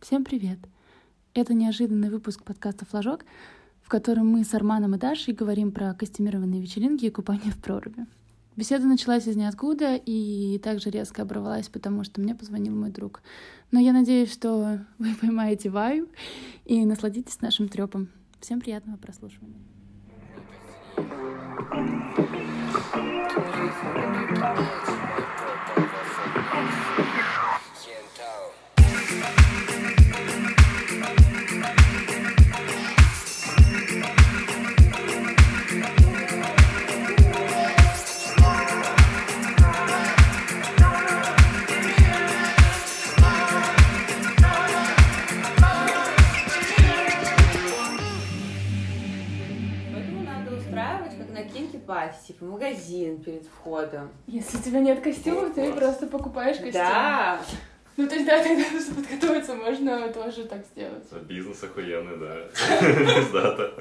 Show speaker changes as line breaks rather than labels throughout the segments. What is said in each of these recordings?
Всем привет! Это неожиданный выпуск подкаста «Флажок», в котором мы с Арманом и Дашей говорим про костюмированные вечеринки и купание в проруби. Беседа началась из ниоткуда и также резко оборвалась, потому что мне позвонил мой друг. Но я надеюсь, что вы поймаете вайб и насладитесь нашим трепом. Всем приятного прослушивания.
Поэтому надо устраивать, как на кинки пати, типа магазин перед входом.
Если у тебя нет костюма, ты просто покупаешь костюм.
Да,
Ну, то есть, да, тогда нужно подготовиться, можно тоже так сделать.
Бизнес охуенный, да. Пиздата.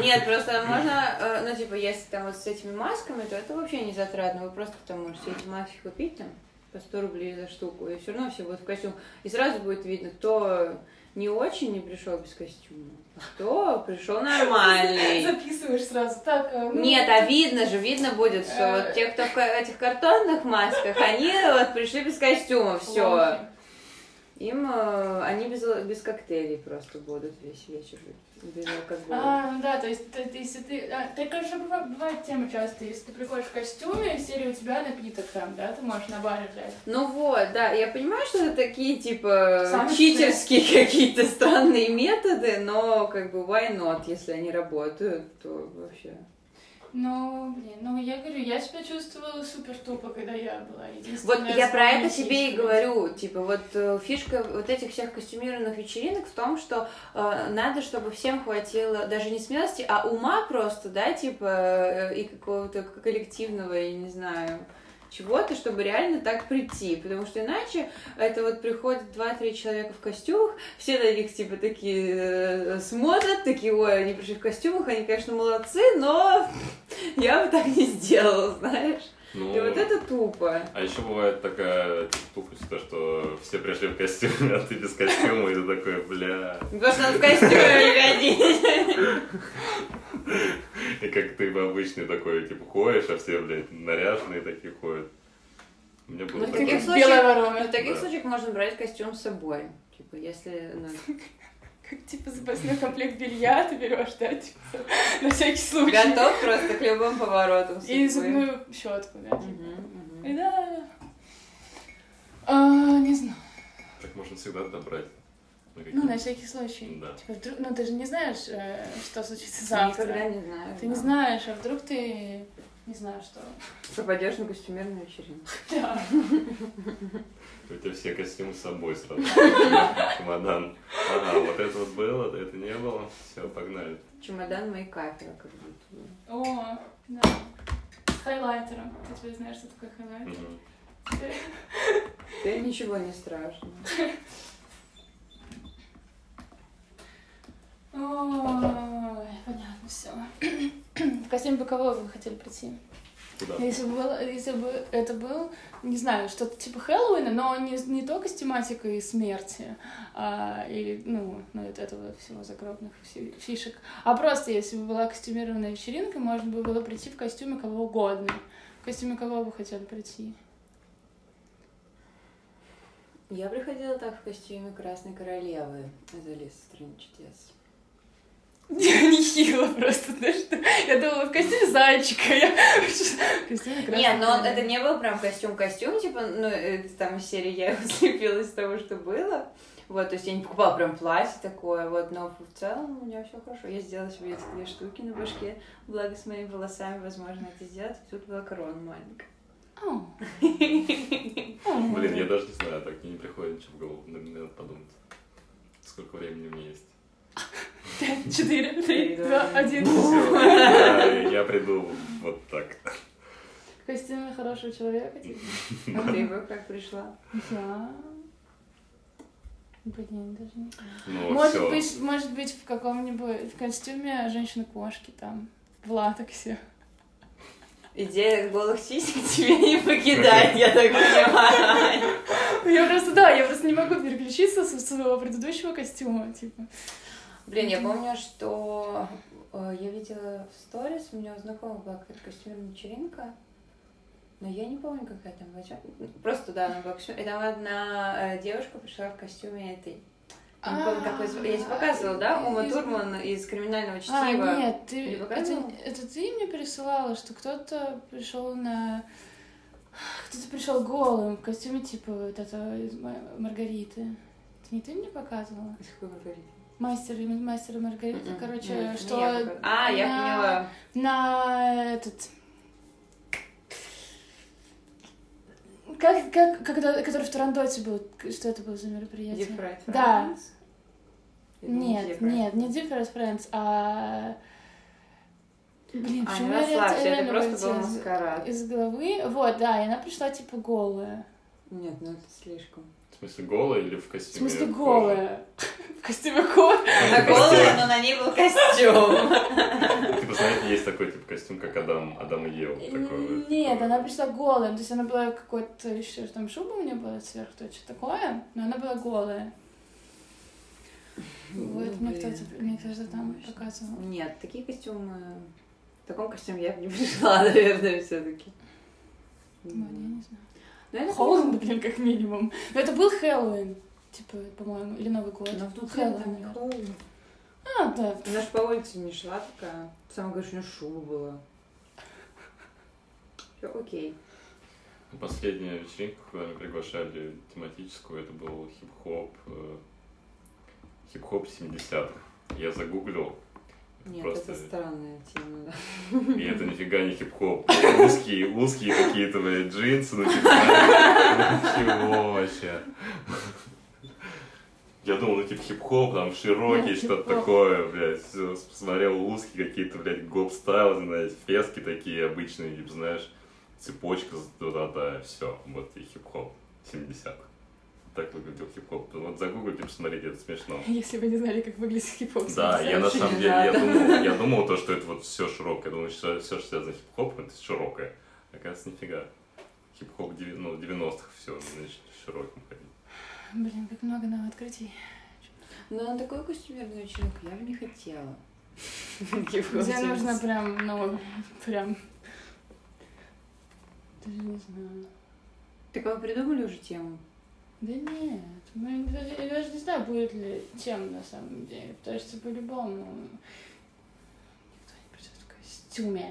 нет, просто можно, э, ну, типа, если там вот с этими масками, то это вообще не затратно, вы просто там можете эти маски купить там по 100 рублей за штуку, и все равно все будут в костюм. И сразу будет видно, кто не очень не пришел без костюма, а кто пришел нормальный.
Записываешь сразу. Так, э, ну,
Нет, а видно же, видно будет, что
Э.
вот те, кто в ка- этих картонных масках, они вот пришли без костюма, все.
лохи.
Им э, они без, л- без коктейлей просто будут весь вечер. Без алкоголя.
А, ну да, то есть, то есть, если ты... а, так, конечно, быва- бывает тема часто. Если ты приходишь в костюме, в серии у тебя напиток там, да, ты можешь на баре взять.
Ну вот, да, я понимаю, что это такие типа
Санкции.
читерские какие-то странные методы, но как бы why not, если они работают, то вообще.
Ну, блин, ну я говорю, я себя чувствовала супер тупо, когда я была
Вот
единственная.
я
с
про
моими
это себе и
сиськами.
говорю. Типа, вот э, фишка вот этих всех костюмированных вечеринок в том, что э, надо, чтобы всем хватило даже не смелости, а ума просто, да, типа, э, и какого-то коллективного, я не знаю, чего-то, чтобы реально так прийти. Потому что иначе это вот приходят 2-3 человека в костюмах, все на них, типа, такие э, смотрят, такие, ой, они пришли в костюмах, они, конечно, молодцы, но я бы так не сделала, знаешь.
Ну,
И вот это тупо.
а еще бывает такая тупость, то, что все пришли в костюме, а ты без костюма, и ты такой, бля.
Потому что надо в костюме ходить.
И как ты бы обычный такой, типа, ходишь, а все, блядь, наряженные такие ходят. У меня было
Ну,
такое.
таких
Таких
случаев-
белая
Но
ворона.
в таких
Да.
случаях можно брать костюм с собой. Типа, если... ну,
Как, типа, запасной комплект белья ты берешь, да, типа, на всякий случай.
Готов просто к любым поворотам
И
судьбы.
зубную щетку, да. типа.
Мгм,
И
мгм.
да. А, не знаю.
Так можно всегда добрать. Ну,
Ну, на
какие-
всякий случай.
Да.
Типа, вдруг, ну ты же не знаешь, э, что случится
Никогда
завтра.
не знаю.
Ты не
да.
знаешь, а вдруг ты не знаю что.
Попадешь на костюмерную вечеринку.
Да.
У тебя все костюмы с собой сразу. Чемодан. Ага, вот это вот было, это не было. Все, погнали.
Чемодан мейкапера как будто бы.
О, да. С хайлайтером. Ты теперь знаешь, что такое хайлайтер.
Мгм.
Да и ничего не страшно.
Ой, понятно все. В костюме бы кого вы хотели прийти?
Куда?
Если бы, было- если бы это был, не знаю, что-то типа Хэллоуина, но не, не только с тематикой смерти а, или, ну, ну, вот этого всего загробных фи- фишек, а просто если бы была костюмированная вечеринка, можно бы было прийти в костюме кого угодно. В костюме кого бы хотели прийти?
Я приходила так в костюме Красной Королевы из Алисы в стране чудес.
Нехило просто, знаешь, что? я думала, в костюме зайчика. Я... В костюме красной
Нет, но он-
королевы.
это не был прям костюм-костюм, типа, ну, это там серия я его слепила из того, что было. Вот, то есть я не покупала прям платье такое, вот, но в целом у меня все хорошо. Я сделала себе эти две штуки на башке, благо с моими волосами возможно это сделать. И тут была корона маленькая.
Ау. Ау.
Блин, я даже не знаю, так мне не приходит ничего в голову, на меня надо подумать. Сколько времени у меня есть?
Пять, четыре, три,
Да.
два, один.
Всё. Я я приду вот так.
В костюме хорошего человека, типа.
А ты его как пришла?
Я... Блин, даже не знаю.
Ну,
Может
все.
быть, может быть, в каком-нибудь в костюме женщины-кошки там, в латексе.
Идея голых сисек тебя не покидает, я так понимаю.
Я просто, да, я просто не могу переключиться со своего предыдущего костюма, типа.
Блин, я помню, что э, я видела в сторис, у меня у знакомого была какая-то костюмерная вечеринка, но я не помню, какая там была. вечер- Просто, да, она была костюм- И там одна э, девушка пришла в костюме этой. Я
А,
не помню, как ее зв- Я тебе показывала, да? Ума
Из-
Турман из «Криминального чтива».
А, нет, ты,
Не
это,
показывала?
это ты мне пересылала, что кто-то пришел на... Кто-то пришел голым в костюме типа вот это из Ма- Маргариты. Это не ты мне показывала?
Из какой говорит?
Мастер и мастер и Маргарита, короче,
М-м, не
что
я показывала. А, я
на-
поняла.
на этот как, как, когда, который в Тарандоте был, к- что это было за мероприятие?
Deep Fried
Да.
Friends? Или не Deep
Нет,
Fried
нет, не
Friends?
Different Friends, а... Блин,
А,
почему
не
я ре-
расслабься, это
реально
просто был
вылетела из-
маскарад.
из головы. Вот, да, и она пришла типа голая.
Нет, ну это слишком.
В смысле, голая или в
В
костюме?
смысле
кожи?
голая. В костюме кожи.
Она голая, но на ней был костюм.
Типа, знаете, есть такой тип костюм, как Адам, Адам и Ева. такой вот.
Нет, она пришла голая. То есть она была какой-то еще там шуба у нее была сверху, то что такое, но она была голая. Вот,
Ну,
мне
Блин,
кто-то, мне кто-то там
конечно.
показывал.
Нет, такие костюмы... В таком костюме я бы не пришла, наверное, все таки
Вот, я не знаю.
Ну, это
Холодно, блин, как минимум. Но это был Хэллоуин, типа, по-моему, или Новый год.
Но внутри
Хэллоуин,
там не
наверное.
холодно.
А, да.
Она же по улице не шла такая. Самое говоришь, у нее шуба была. Все окей.
Ну, Последняя вечеринка, куда мы приглашали тематическую, это был хип-хоп, э, хип-хоп 70-х. Я загуглил,
Нет,
Просто-
это странная тема, да.
и это нифига не хип-хоп. Узкие, узкие какие-то блядь, джинсы, ну типа, чего вообще? Я думал, ну типа хип-хоп, там широкий,
Ну,
что-то
хип-хоп.
такое, блядь. Всё, Смотрел узкие какие-то, блядь, гоп-стайлы, знаешь, фески такие обычные, типа, знаешь, цепочка, да-да, все, вот и хип-хоп 70-х. Так выглядел хип-хоп. Вот загуглите, посмотрите, это смешно.
Если вы не знали, как выглядит хип-хоп.
Да, я на
вообще
самом
не
деле, я
надо.
думал, я думал то, что это вот все широкое. Я думал, что все, что связано с хип-хопом, это широкое. Оказывается, нифига. Хип-хоп деви- ну, в 90-х все, значит, широким ходить.
Блин, как много новых открытий.
Но на такой костюмерную вечеринку я бы не хотела.
Где нужно прям, ну, прям... Даже не знаю.
Так а вы придумали уже тему?
Да нет, мы даже, я даже не знаю, будет ли тем на самом деле, потому что по-любому никто не придет в костюме.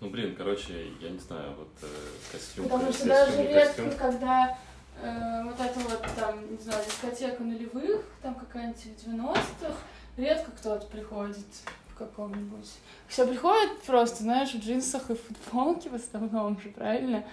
Ну, блин, короче, я не знаю, вот э, костюм,
Потому что
костюм,
даже
не
редко, когда э, вот это вот там, не знаю, дискотека нулевых, там какая-нибудь в 90-х, редко кто-то приходит в каком-нибудь. Все приходят просто, знаешь, в джинсах и в футболке в основном же, правильно?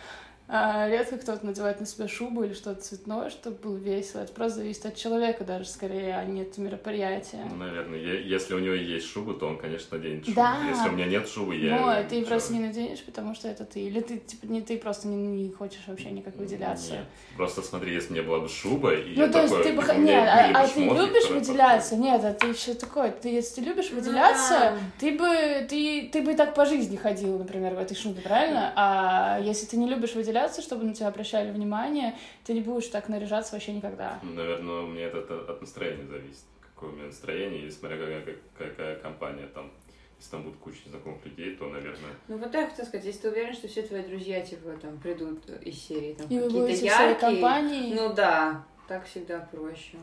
А редко кто-то надевает на себя шубу или что-то цветное, чтобы было весело. Это просто зависит от человека даже скорее, а не от мероприятия.
Ну, наверное, е- если у него есть шуба, то он, конечно, наденет шубу.
Да.
Если у меня нет шубы, я...
Но
э,
Ну, а ты
ничего.
просто не наденешь, потому что это ты. Или ты, типа, не ты, просто не, не хочешь вообще никак выделяться.
Нет. Просто смотри, если у меня была бы шуба, и я
Ну, то есть
такой,
ты бы...
у
х-
меня
Нет, а,
были бы
а ты
шмотки,
любишь
которые
выделяться? Нет, а ты еще такой... Ты, если ты любишь
Ну
выделяться, ты бы, ты, ты бы и так по жизни ходил, Ну, например, в этой шубе, правильно? А если ты не любишь выделяться, чтобы на тебя обращали внимание, ты не будешь так наряжаться вообще никогда.
Ну, Наверное, у меня это от, от настроения зависит. Какое у меня настроение, и смотря какая, какая, какая компания там. Если там будет куча незнакомых людей, то, наверное...
Ну вот я хотела сказать, если ты уверен, что все твои друзья типа там придут из серии там
И вы
какие-то
будете в своей
яркие.
компании...
Ну да, так всегда проще.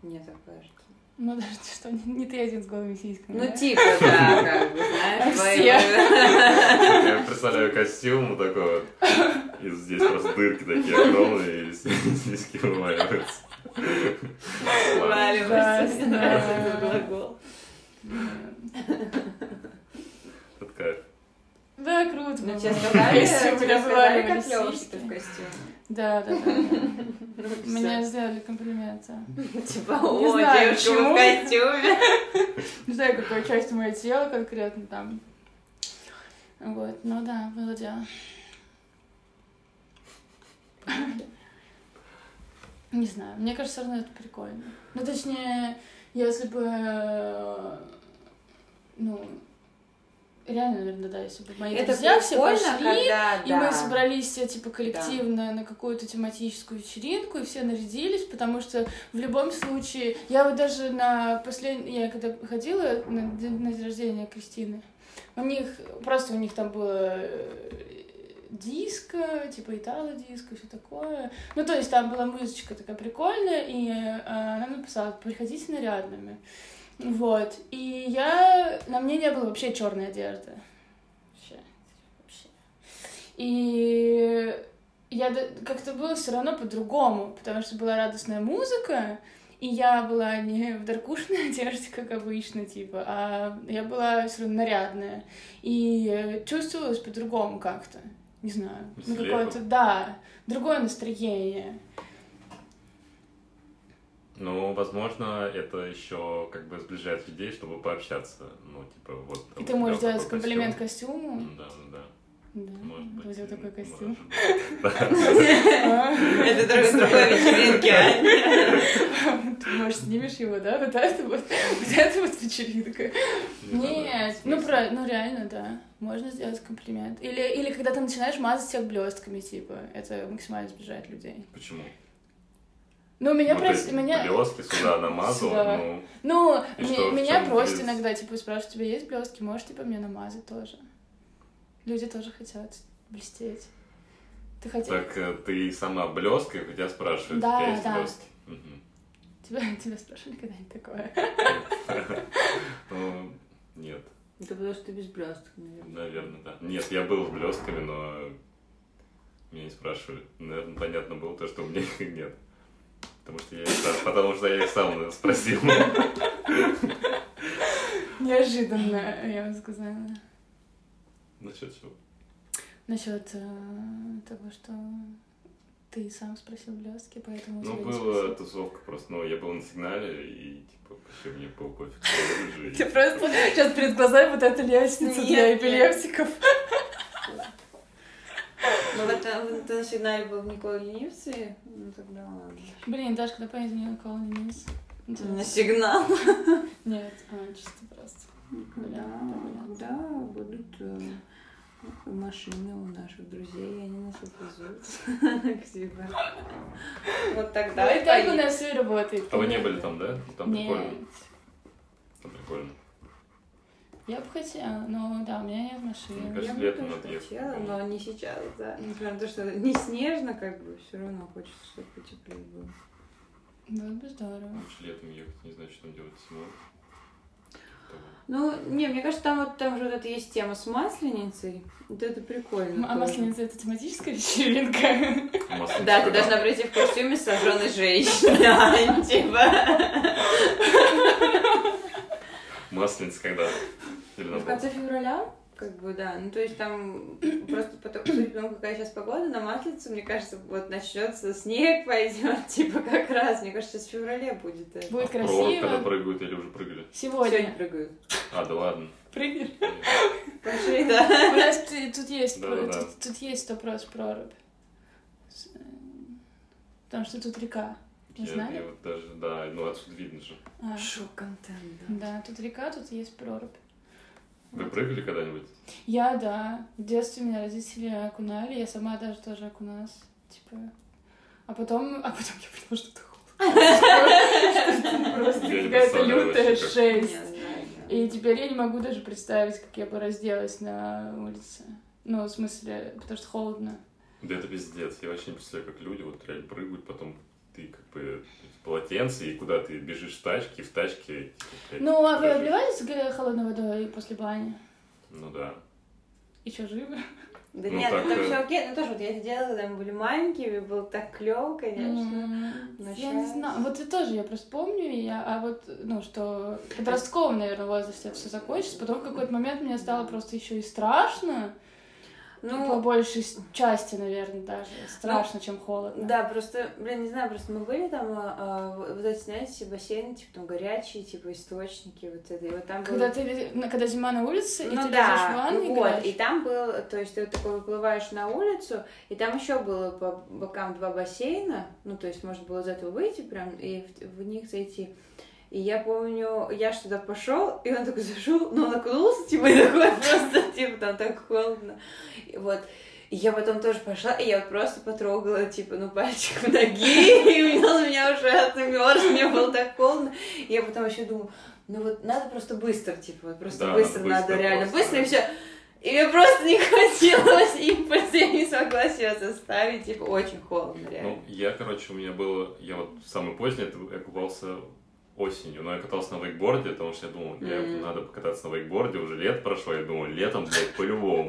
Мне так кажется.
Ну, даже что, не, не ты один с голыми сиськами,
Ну
да?
типа, да, как бы,
А
знаешь,
Я представляю костюм вот такой вот, и здесь просто дырки такие огромные, и сиськи вываливаются. Ладно.
твои
Ужасно.
глагол.
Вот кайф.
Да, круто.
Ну,
было.
тебе сказали,
Если у
тебе
меня
сказали,
вываливались
как Лёва, что ты
сиськи.
в костюме.
Да, да, да.
Ну,
Мне сделали комплимент, да.
всё. Типа,
Не
о,
знаю,
девушка вы
почему.
в костюме.
Не знаю, какой часть моего тела конкретно там. Вот, ну да, было дело. Не знаю, мне кажется, все равно это прикольно. Ну, точнее, если бы, э, ну, реально, наверное, да, если бы мои
Это
друзья все
прикольно,
пошли,
когда,
и
да.
мы собрались все, типа, коллективно на какую-то тематическую вечеринку, и все нарядились, потому что в любом случае... Я вот даже на последний... Я когда ходила на день, на день рождения Кристины, у них... Просто у них там было э, диско, типа итало-диско, все такое. Ну, то есть там была музычка такая прикольная, и э, она написала «Приходите нарядными». Вот. И я... На мне не было вообще черной одежды. Вообще. Вообще. И я д- как-то было все равно по-другому, потому что была радостная музыка, и я была не в даркушной одежде, как обычно, типа, а я была все равно нарядная. И э, чувствовалась по-другому как-то. Не знаю. Ну,
Слепо.
какое-то, да, другое настроение.
Ну, возможно, это еще как бы сближает людей, чтобы пообщаться. Ну, типа, вот.
И
у
ты
тебя
можешь
такой
делать комплимент
костюм.
костюму.
Да, да, да.
Да,
Может быть.
вот я такой
может
костюм.
быть. Да.
А.
Это другой другой вечеринки,
Ты, может, снимешь его, да? Вот это вот, вот это вот вечеринка. Нет, ну, про, ну реально, да. Можно сделать комплимент. Или, или когда ты начинаешь мазать всех блестками, типа, это максимально сближает людей.
Почему?
Ну, меня
Ну, то
просят,
есть
меня,
Блестки сюда намазал,
Сюда.
ну,
ну,
И
мне-
что, в
меня
чем
просят
интерес?
иногда, типа, спрашивают, у тебя есть блестки, можешь, типа, мне намазать тоже. Люди тоже хотят блестеть. Ты хотел?
так э, ты сама блестка, и у тебя спрашивают,
Да,
у тебя есть
да.
блестки. Мгм.
Тебя, тебя спрашивали когда-нибудь такое?
Ну, нет,
Да потому что ты без блесток, наверное.
наверное, да. Нет, я был с блестками, но меня не спрашивали. Наверное, понятно было то, что у меня их нет. Потому что я их сам, потому что я их сам наверное, спросил.
Неожиданно, я вам сказала.
Насчет чего?
Насчет э, того, что ты сам спросил блестки, поэтому
Ну, была тусовка просто, ну, я был на сигнале, и, типа, вообще мне был пофиг. что я
Ты
вижу,
просто сейчас перед глазами вот эта лестница для
Нет,
эпилептиков.
Ну вот там вот на сигнале был Никола Ленивцы, ну тогда ладно.
Блин, Дашка, когда поедем на колонис?
На сигнал.
Нет, а, чисто просто.
Когда, когда будут э, машины у наших друзей, и они нас отвезут к себе. Вот тогда
Да,
и
Ну, и так у
поедем.
нас все работает.
А вы не
конечно.
были там, да? Там прикольно.
Нет,
Там прикольно.
я бы хотела, но да, у меня нет
Мне
машины.
Я
кажется,
бы
летом
тоже
надо ехать.
хотела, но не сейчас, да. Несмотря на то, что не снежно, как бы, все равно хочется, чтобы потеплее было.
Было бы здорово.
Лучше летом ехать, не знаю, что там делать зимой. Там
Ну, не, мне кажется, там вот там же вот эта есть тема с масленицей. Вот это прикольно.
А
тоже.
масленица — это тематическая вечеринка?
масло
Да, ты
всегда.
должна прийти в костюме сожженной женщины, а типа.
Масленица когда? Или
В
наоборот? а
конце февраля, как бы, да. Ну, то есть там просто потом, судя по тому, какая сейчас погода, на маслице, мне кажется, вот начнется снег пойдет, типа, как раз. Мне кажется, сейчас в феврале будет это.
А
Будет
в прорубь, когда
красиво.
прыгают или уже прыгали?
Сегодня
Сегодня.
прыгают.
А, да ладно.
Прыгни.
Пошли, да.
У нас т- тут есть, про-
Да-да-да.
тут, тут есть вопрос прорубь. С- э, Потому что тут река. Не
Я-
знали?
я вот даже, да, ну отсюда видно же.
А,
Шок-контент,
да, тут река, тут есть прорубь.
Вы прыгали когда-нибудь?
Я, да. В детстве меня родители окунали, я сама даже тоже окуналась. Типа... А потом, а потом я поняла, что это холодно. Просто
Я не
какая-то
представляю
лютая
вообще, как.
жесть. И
типа,
теперь я не могу даже представить, как я бы разделась на улице. Ну, в смысле, потому что холодно.
Да это пиздец. Я вообще не представляю, как люди вот реально прыгают, потом ты как бы в полотенце, и куда ты бежишь в тачке, и в тачке... типа, блядь,
Ну, а вы
дрожишь.
обливались г- холодной водой после бани?
Ну да.
И что, живы?
Да
Ну,
нет,
так,
там
э,
все окей. Ну, тоже вот я это делала, когда мы были маленькими, было так клево, конечно.
М, Я не
Началось.
знаю. Вот это тоже я просто помню, и я, а вот, ну, что в подростковом, наверное, возрасте это все закончилось. Потом в какой-то момент мне стало просто еще и страшно. по
Ну,
большей с- части, наверное, даже. Страшно, чем холодно.
да, просто, блин, не знаю, просто мы были там, а, а, вот эти, знаете, бассейны, типа, там горячие, типа, источники, вот это, и вот там
Когда
было-
ты ви- ну, когда зима на улице, и
ну да,
ты лежишь в ванне
вот,
играешь.
и там был, то есть ты вот такой выплываешь на улицу, и там еще было по бокам два бассейна, ну то есть можно было из этого выйти прям и в, в них зайти. И я помню, я что-то пошел, и он такой зашел, но он окунулся, типа, и такой просто, типа, там так холодно. И вот. И я потом тоже пошла, и я вот просто потрогала, типа, ну, пальчиком ноги, и у меня, у меня уже отмерз, мне было так холодно. И я потом еще думаю, ну вот надо просто быстро, типа, вот просто
Да,
быстро,
быстро
надо реально,
просто,
быстро,
да.
и все. И мне просто не хотелось импульс, я не смогла себя заставить, типа, очень холодно, реально.
Ну, я, короче, у меня было... Я вот самый поздний, это я купался осенью, но я катался на вейкборде, потому что я думал, мне
Мгм.
надо покататься на вейкборде, уже лет прошло, я думал, летом, блядь, по-любому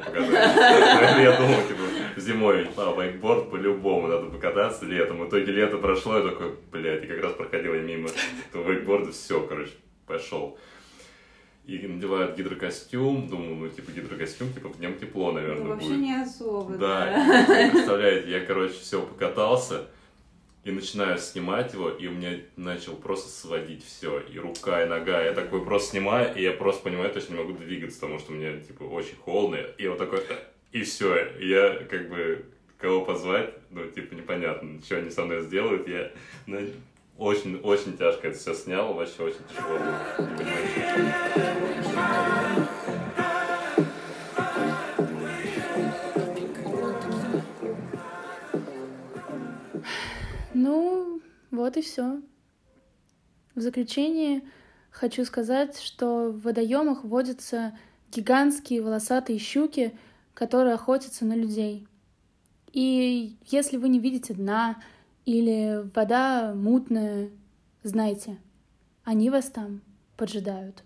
покатаюсь. Я думал, типа, зимой, а, вейкборд по-любому, надо покататься летом. В итоге лето прошло, я такой, блядь, и как раз проходил я мимо этого вейкборда, все, короче, пошел. И надевают гидрокостюм, думаю, ну, типа, гидрокостюм, типа, в нем
Ну,
тепло, наверное,
вообще
будет.
не особо,
Да, вы представляете, я, короче, все покатался и начинаю снимать его, и у меня начал просто сводить все, и рука, и нога, я такой просто снимаю, и я просто понимаю, то есть не могу двигаться, потому что мне, типа, очень холодно, и вот такой, и все, я, как бы, кого позвать, ну, типа, непонятно, что они со мной сделают, я ну, очень, очень тяжко это все снял, вообще очень тяжело было.
Ну, вот и все. В заключение хочу сказать, что в водоемах водятся гигантские волосатые щуки, которые охотятся на людей. И если вы не видите дна или вода мутная, знайте, они вас там поджидают.